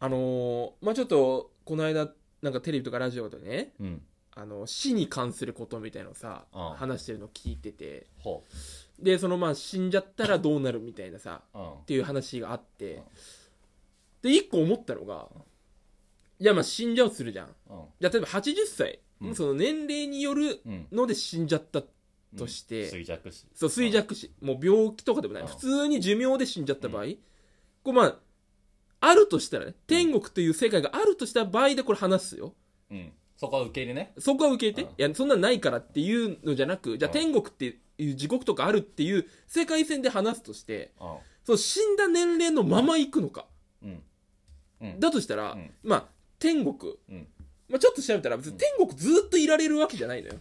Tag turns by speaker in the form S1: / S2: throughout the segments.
S1: あのーまあちょっとこの間なんかテレビとかラジオでね
S2: うん
S1: あの死に関することみたいのをさ
S2: ああ
S1: 話してるの聞いてて
S2: ほ
S1: でそのまあ死んじゃったらどうなるみたいなさ
S2: ううん
S1: っていう話があって
S2: あ
S1: で一個思ったのがいやまあ死んじゃうするじゃん
S2: うん
S1: じゃあ例えば80歳、
S2: うん
S1: その年齢による
S2: うん
S1: ので死んじゃったとして
S2: 衰弱死
S1: そう衰弱死もう病気とかでもない
S2: うん
S1: 普通に寿命で死んじゃった場合、これまああるとしたらね天国という世界があるとした場合でこれ話すよ
S2: うんそこは受け入れね
S1: そこは受け入れて、いやそんなのないからっていうのじゃなくじゃあ
S2: うん
S1: 天国っていう地獄とかあるっていう世界線で話すとして
S2: うん
S1: その死んだ年齢のまま行くのか
S2: うんうん
S1: だとしたら、
S2: うん
S1: まあ天国、
S2: うん
S1: まあ、ちょっと調べたら別に天国ずっといられるわけじゃないのよ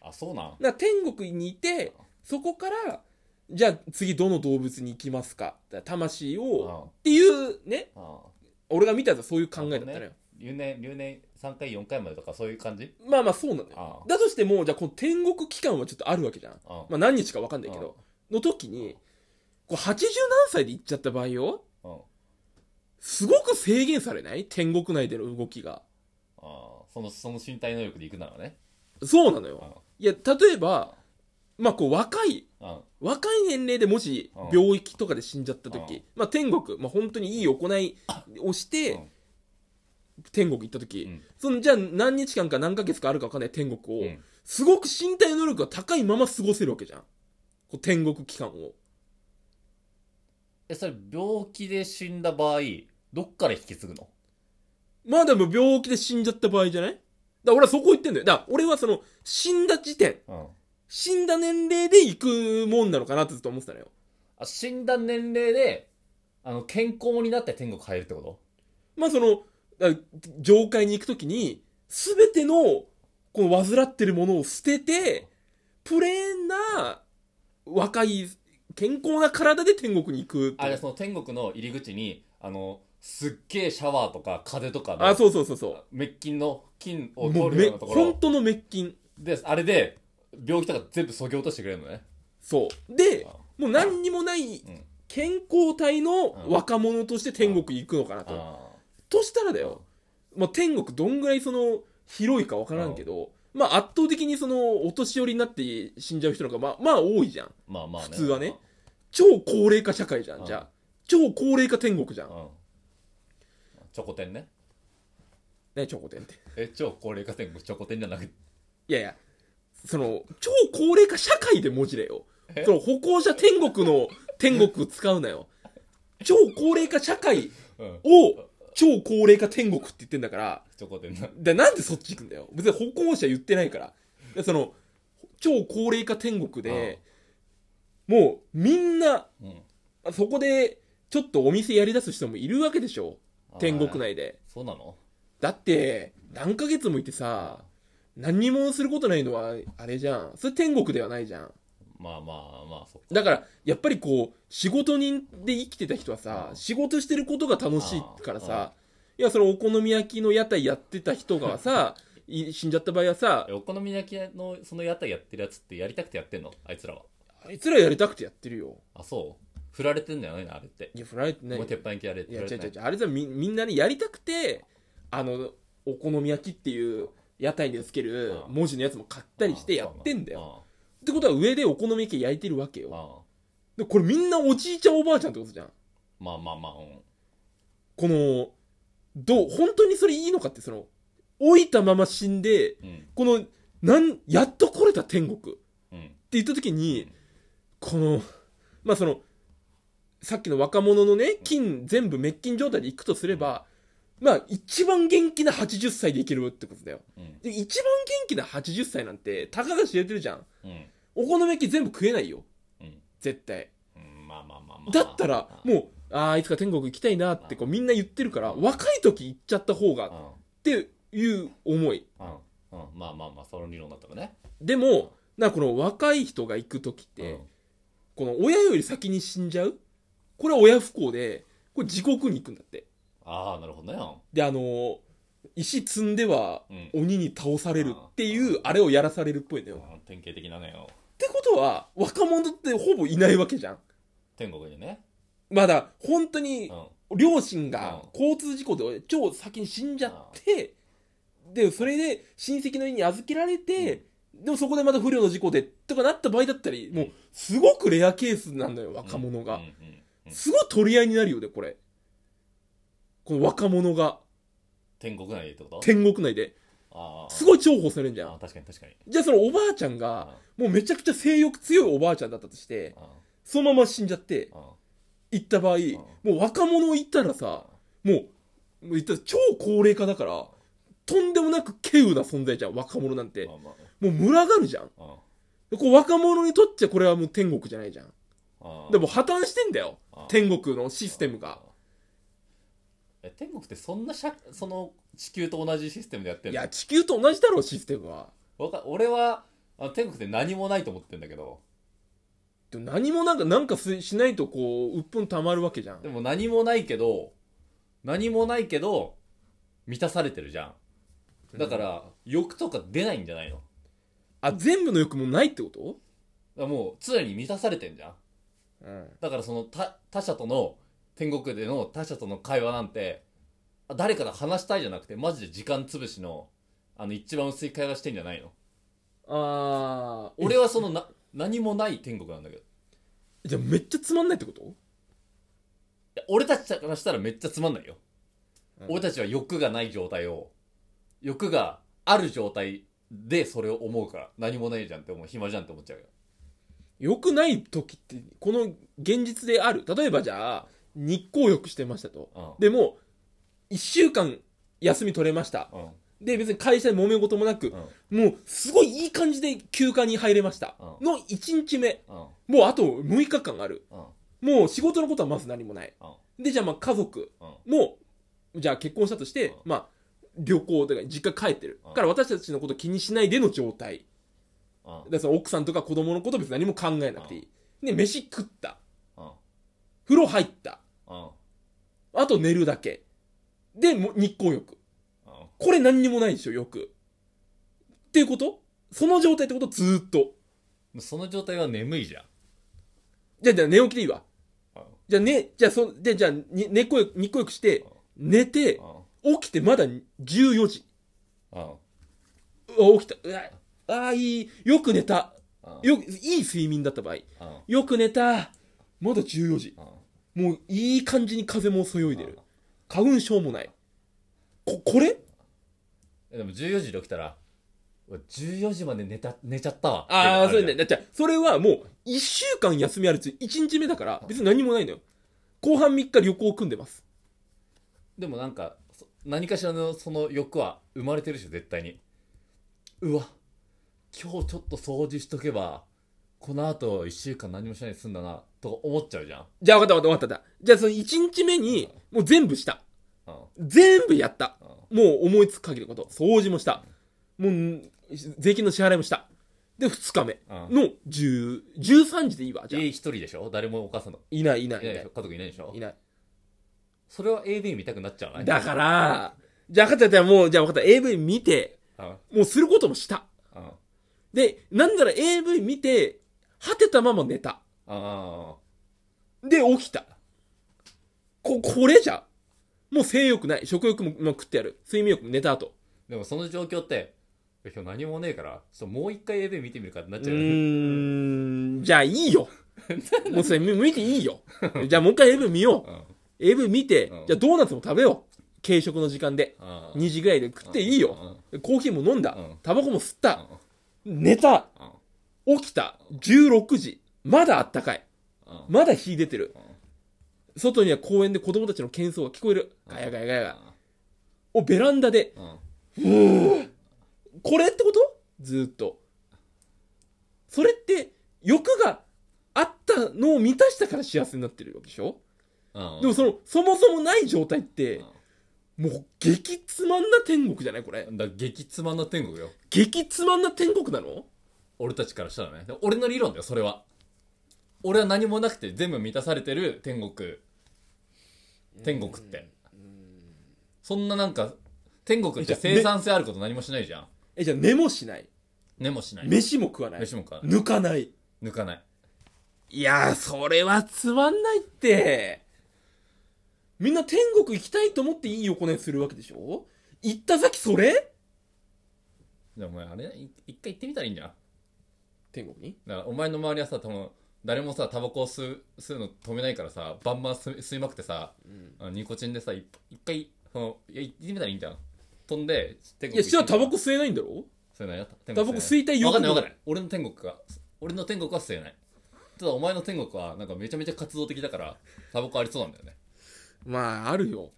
S2: あそうな
S1: だ
S2: ん
S1: から天国にいてそこからじゃあ次どの動物に行きますかだから魂
S2: う
S1: を
S2: ん
S1: っていうね
S2: うん
S1: 俺が見たとそういう考えだったのよ、
S2: 留年留年3回4回までとかそういう感じ
S1: まあまあそうなのよ
S2: あ
S1: だとしてもじゃあこの天国期間はちょっとあるわけじゃん
S2: あ
S1: まあ何日か分かんないけどの時にこう80何歳で行っちゃった場合よ
S2: うんうん
S1: すごく制限されない天国内での動きが
S2: あそのその身体能力でいくならね
S1: そうなの
S2: うん
S1: よいや例えばまあこう若い
S2: うん
S1: 若い年齢でもし
S2: うん
S1: 病気とかで死んじゃった時、
S2: うん
S1: まあ、天国、まあ、本当にいい行いをして、
S2: うん
S1: 天国行った時、
S2: うん
S1: そのじゃあ何日間か何ヶ月かあるか分かんない天国を、
S2: うん
S1: すごく身体能力が高いまま過ごせるわけじゃんこう天国期間を
S2: えそれ病気で死んだ場合どっから引き継ぐの
S1: まあでも病気で死んじゃった場合じゃないだから俺はそこ言ってんだよだから俺はその死んだ時点
S2: うん
S1: 死んだ年齢で行くもんなのかなってずっと思ってたのよ
S2: あ死んだ年齢であの健康になって天国入るってこと
S1: まあその、あ上界に行くときに、すべての、この患ってるものを捨てて、プレーンな、若い、健康な体で天国に行くって
S2: あれその天国の入り口にあのすっげえシャワーとか風とかの
S1: あ、そうそうそうそ
S2: 滅菌の菌
S1: う。
S2: を
S1: も
S2: 取
S1: う
S2: る
S1: め、
S2: ようなところ
S1: 本当の滅菌。
S2: であれで病気とか全部そぎ落としてくれるのね
S1: そう。で
S2: あ、
S1: もう何にもない
S2: ん、
S1: 健康体の
S2: うん
S1: 若者として天国に行くのかなと。
S2: あ
S1: としたらだよ、まあ、天国どんぐらいその広いか分からんけど、まあ、圧倒的にそのお年寄りになって死んじゃう人の方がまあまあ多いじゃん
S2: ーまあまあね
S1: 普通はね超高齢化社会じゃ
S2: うんん
S1: じゃあ超高齢化天国じゃ
S2: うんんチョコ店ね
S1: ねチョコ店って
S2: え超高齢化天国チョコ店じゃなくて
S1: いやいやその超高齢化社会で文字だよ
S2: え
S1: その歩行者天国の天国使うなよ超高齢化社会
S2: うん
S1: を超高齢化天国って言ってんだから
S2: チョコ店な
S1: でなんでそっち行くんだよ別に歩行者言ってないからでその超高齢化天国でもうみんな
S2: うん
S1: そこでちょっとお店やりだす人もいるわけでしょ天国
S2: あー
S1: 内で
S2: そうなの
S1: だって何ヶ月もいてさ何にもすることないのはあれじゃんそれ天国ではないじゃん
S2: まあまあまあそっか
S1: だからやっぱりこう仕事人で生きてた人はさ
S2: うん
S1: 仕事してることが楽しいからさ
S2: あ
S1: いやそのお好み焼きの屋台やってた人がさい死んじゃった場合はさ
S2: えお好み焼きのその屋台やってるやつってやりたくてやってんのあいつらは
S1: あいつらやりたくてやってるよ。
S2: あそう振られてんだよねあれって
S1: いや、振られてない
S2: も
S1: よ。
S2: う鉄板焼きやれ
S1: いや、違う
S2: 振られ
S1: 違
S2: て
S1: う違う。あれじゃみみんなね、やりたくて、あの、お好み焼きっていう屋台でつける
S2: うん
S1: 文字のやつも買ったりしてやってんだよ。
S2: よ
S1: ってことは上でお好み焼き焼いてるわけ
S2: あ
S1: よ。
S2: あ
S1: で、これみんなおじいちゃんおばあちゃんってことじゃん。
S2: まあまあまあうん
S1: この、どう、本当にそれいいのかって、その、老いたまま死んで、
S2: うん
S1: この、なん、やっと来れた天国。
S2: うん
S1: って言った時に、この、まあその、さっきの若者のね、金全部滅菌状態でいくとすれば、まあ一番元気な80歳でいけるってことだよ。
S2: うん
S1: で、一番元気な80歳なんて、たかが知れてるじゃん。
S2: うん
S1: お好み焼き全部食えないよ。
S2: うん
S1: 絶対。
S2: うんまあまあまあまあ
S1: だったら、
S2: う
S1: もう、ああ、いつか天国行きたいなってこうみんな言ってるから、若い時行っちゃった方が
S2: う
S1: っ
S2: ん
S1: ていう思い。
S2: うんうんまあまあまあその理論だったらね
S1: でも、なんかこの若い人が行く時って、この親より先に死んじゃうこれは親不幸で、これ地獄に行くんだって。
S2: ああなるほどね
S1: で、あのー石積んでは
S2: うん
S1: 鬼に倒されるっていう、あれをやらされるっぽいのよ。っ
S2: うん典型的なねよ
S1: てことは、若者ってほぼいないわけじゃん。
S2: 天国にね
S1: まだ、本当に
S2: うん
S1: 両親が交通事故で超先に死んじゃって、で、それで親戚の家に預けられて、でもそこでまた不良の事故でとかなった場合だったり、もうすごくレアケースなんだよ、若者が
S2: うん。うんうん
S1: すごい取り合いになるよね、これ。この若者が
S2: 天国内でってこと
S1: 天国内で、
S2: ああ
S1: すごい重宝されるんじゃ
S2: あ
S1: ん
S2: あ。確かに確かに
S1: じゃあそのおばあちゃんが、もうめちゃくちゃ性欲強いおばあちゃんだったとして、
S2: あ
S1: そのまま死んじゃって、
S2: ああ
S1: 行った場合、もう若者行ったらさ、もう、もう言ったら超高齢化だから、とんでもなく稀有な存在じゃん、若者なんて。
S2: あまあ
S1: もう群がるじゃん。
S2: まあ
S1: こう若者にとっちゃこれはもう天国じゃないじゃん。
S2: ああ
S1: でも破綻してんだよ
S2: あ。
S1: 天国のシステムが。
S2: え天国ってそんなしゃその地球と同じシステムでやって
S1: い
S2: るの
S1: や、地球と同じだろ、システムは。
S2: わか俺はあの天国って何もないと思ってんだけど
S1: でも何もなんか、なんかすしないとこう、うっぷん溜まるわけじゃん
S2: で。も何もないけど何もないけど満たされてるじゃんだから欲とか出ないんじゃないのだか
S1: あ、全部の欲もないってこと
S2: らもう常に満たされてんじゃん
S1: うん。
S2: だからその他他者との天国での他者との会話なんてあ誰かと話したいじゃなくてマジで時間潰しのあの一番薄い会話してんじゃないの
S1: あー、
S2: 俺はそのな何もない天国なんだけどい
S1: じゃあめっちゃつまんないってこと
S2: や俺たちからしたらめっちゃつまんないよ、
S1: うん
S2: 俺たちは欲がない状態を欲がある状態でそれを思うから何もないじゃんって思う暇じゃんって思っちゃうよ
S1: 良くない時って、この現実である。例えばじゃあ、日光浴してましたと。
S2: うん
S1: でも、一週間休み取れました。
S2: うん
S1: で、別に会社で揉め事もなく
S2: う、ん
S1: もう、すごいいい感じで休暇に入れました。
S2: う
S1: の1日目。
S2: うん
S1: もうあと6日間ある。
S2: うん
S1: もう仕事のことはまず何もない。
S2: うん
S1: で、じゃあまあ家族
S2: うん
S1: も、じゃあ結婚したとして、
S2: う
S1: まあ、旅行とか実家帰ってる
S2: う。ん
S1: から私たちのこと気にしないでの状態。
S2: うん
S1: で、その奥さんとか子供のこと別に何も考えなくていい。で、飯食った。
S2: うん
S1: 風呂入った。
S2: うん
S1: あと寝るだけ。で、もう日光浴。
S2: うん
S1: これ何にもないでしょ、よく。っていうことその状態ってことずーっと。
S2: その状態は眠いじゃん
S1: じゃあ、じゃあ寝起きでいいわ。
S2: うん
S1: じゃあね、じゃあそ、で、じゃあ、に寝っこよ、日光浴して、寝て
S2: う、ん
S1: 起きてまだ14時。
S2: うん
S1: うわ起きた。うわああ、いい。よく寝た。
S2: うん
S1: よ、いい睡眠だった場合。
S2: うん
S1: よく寝た。まだ14時。
S2: うん
S1: もういい感じに風もそよいでる。花粉症もない。こ、これ
S2: えでも14時で起きたら、うわ14時まで寝た、寝ちゃったわ。
S1: ああ、
S2: っ
S1: そ
S2: ていうの
S1: ね。だって、それはもう、一週間休みあるうち、一日目だから、別に何もないのよ。後半3日旅行組んでます。
S2: でもなんか、そ何かしらのその欲は生まれてるでしょ、絶対に。うわ、今日ちょっと掃除しとけば、この後1週間何もしないで済んだな、とか思っちゃうじゃん。
S1: じゃあ、わかったわかったわかった。じゃあ、その一日目に、もう全部した。
S2: うん。
S1: 全部やった。
S2: うん
S1: もう思いつく限りのこと。掃除もした。もう、ん税金の支払いもした。で、二日目
S2: うん
S1: の10、13時でいいわ。じゃあ
S2: 家一人でしょ誰もお母さんの。
S1: いないいない
S2: い
S1: い
S2: な
S1: な
S2: いでしょ
S1: い。
S2: 家族いないでしょ
S1: いない。
S2: それは AV 見たくなっちゃわない
S1: だから、じゃあ分かった、じゃあもう、じゃあ分かった、AV 見て、
S2: うん。うん。
S1: もうすることもした。
S2: あ
S1: で、なんなら AV 見て、果てたまま寝た。
S2: あ
S1: で、起きた。こ、これじゃ。もう性欲ない。食欲も、まあ、食ってやる。睡眠欲も寝た後。
S2: ー。でもその状況って、今日何もねえから、ちょっともう一回 AV 見てみるかってなっ
S1: う
S2: ちゃうよね。
S1: ーん、じゃあいいよ。もうそれ見見ていいよ。じゃあもう一回 AV 見よう。
S2: うん。
S1: AV 見て、
S2: うん
S1: じゃあドーナツも食べよう。軽食の時間で。
S2: うん
S1: 2時ぐらいで食っていいよ。コーヒーも飲んだ
S2: うん。
S1: タバコも吸った。寝た。起きた。16時。まだあったかい。まだ火出てる。外には公園で子供たちの喧騒が聞こえる。ガヤガヤガヤガヤ。お、ベランダで。これってことずーっと。それって、欲があったのを満たしたから幸せになってるわけでしょでもその、そもそもない状態って、もう激つまんな天国じゃないこれ。
S2: だ激つまんな天国よ
S1: 激つまんな天国なの
S2: 俺たちからしたらねで俺の理論だよそれは俺は何もなくて全部満たされてる天国天国ってそんななんか天国って生産性あること何もしないじゃん
S1: え、じゃあ寝もしない。
S2: 寝もしない
S1: 飯も食わない。
S2: 飯も食わない
S1: 抜かない。
S2: 抜かない
S1: いやー、それはつまんないって。みんな天国行きたいと思っていい行いするわけでしょ行った先それ
S2: じゃあお前あれい一回行ってみたらいいんじゃん
S1: 天国に
S2: だからお前の周りはさ多分誰もさタバコを吸う吸うの止めないからさバンバン吸い吸いまくってさ、あのニコチンでさい一回そのいや行ってみたらいいんじゃん飛んで天
S1: いや、じゃあタバコ
S2: 吸
S1: 吸えないんだろ
S2: えないよタ
S1: タバコ吸いたい
S2: よ
S1: 欲
S2: わかんないわかんない俺の天国が俺の天国は吸えないただお前の天国はなんかめちゃめちゃ活動的だからタバコありそうなんだよね
S1: まあ、あるよ。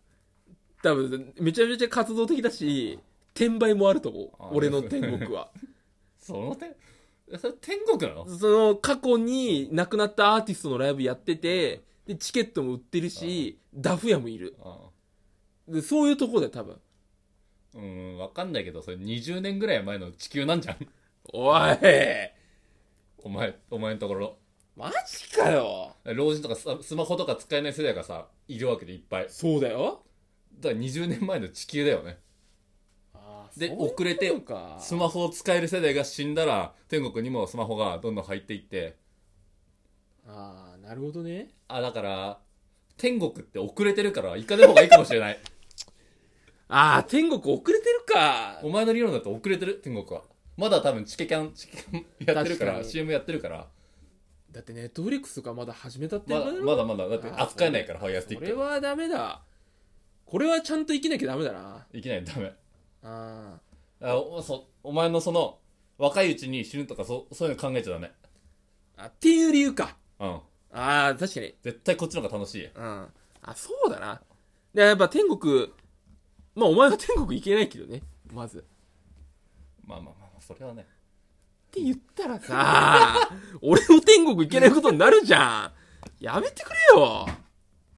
S1: 多分、めちゃめちゃ活動的だし、転売もあると思
S2: あ
S1: う。俺の天国は。
S2: その天えそれ天国なの
S1: その、過去に亡くなったアーティストのライブやってて、で、チケットも売ってるし、ダフ屋もいる。
S2: ああ
S1: でそういうとこだよ、多分。
S2: うーんわかんないけどそれ20年ぐらい前の地球なんじゃん
S1: おい
S2: お前お前のところ
S1: マジかよ
S2: 老人とかススマホとか使えない世代がさいるわけでいっぱい
S1: そうだよ。
S2: だから20年前の地球だよね
S1: そうい
S2: で
S1: うこと
S2: 遅れて
S1: か
S2: スマホを使える世代が死んだら天国にもスマホがどんどん入っていって
S1: ああ、なるほどね。
S2: あだから天国って遅れてるから行かない方がいいかもしれない
S1: ああ、天国遅れてるか。
S2: お前の理論だと遅れてる天国はまだ多分チケキャンチケキャンやってるから
S1: 確かに
S2: CM やってるから
S1: だってネットフリックスとかまだ始めたって
S2: まだまだまだだって扱えないからファイヤースティ
S1: こ
S2: ック
S1: れはダメだ。これはちゃんと生きなきゃダメだな。
S2: いきなりダメ
S1: あ
S2: あおそお前のその若いうちに死ぬとかそそういうの考えちゃダメ
S1: あ。っていう理由か。
S2: うん
S1: ああ、確かに。
S2: 絶対こっちの方が楽しい
S1: うん。あ、そうだな。で、やっぱ天国、まあお前が天国行けないけどね。まず。
S2: まあまあまあまあそれは
S1: っ
S2: ね
S1: て言ったらさ、俺も天国行けないことになるじゃん。やめてくれよ。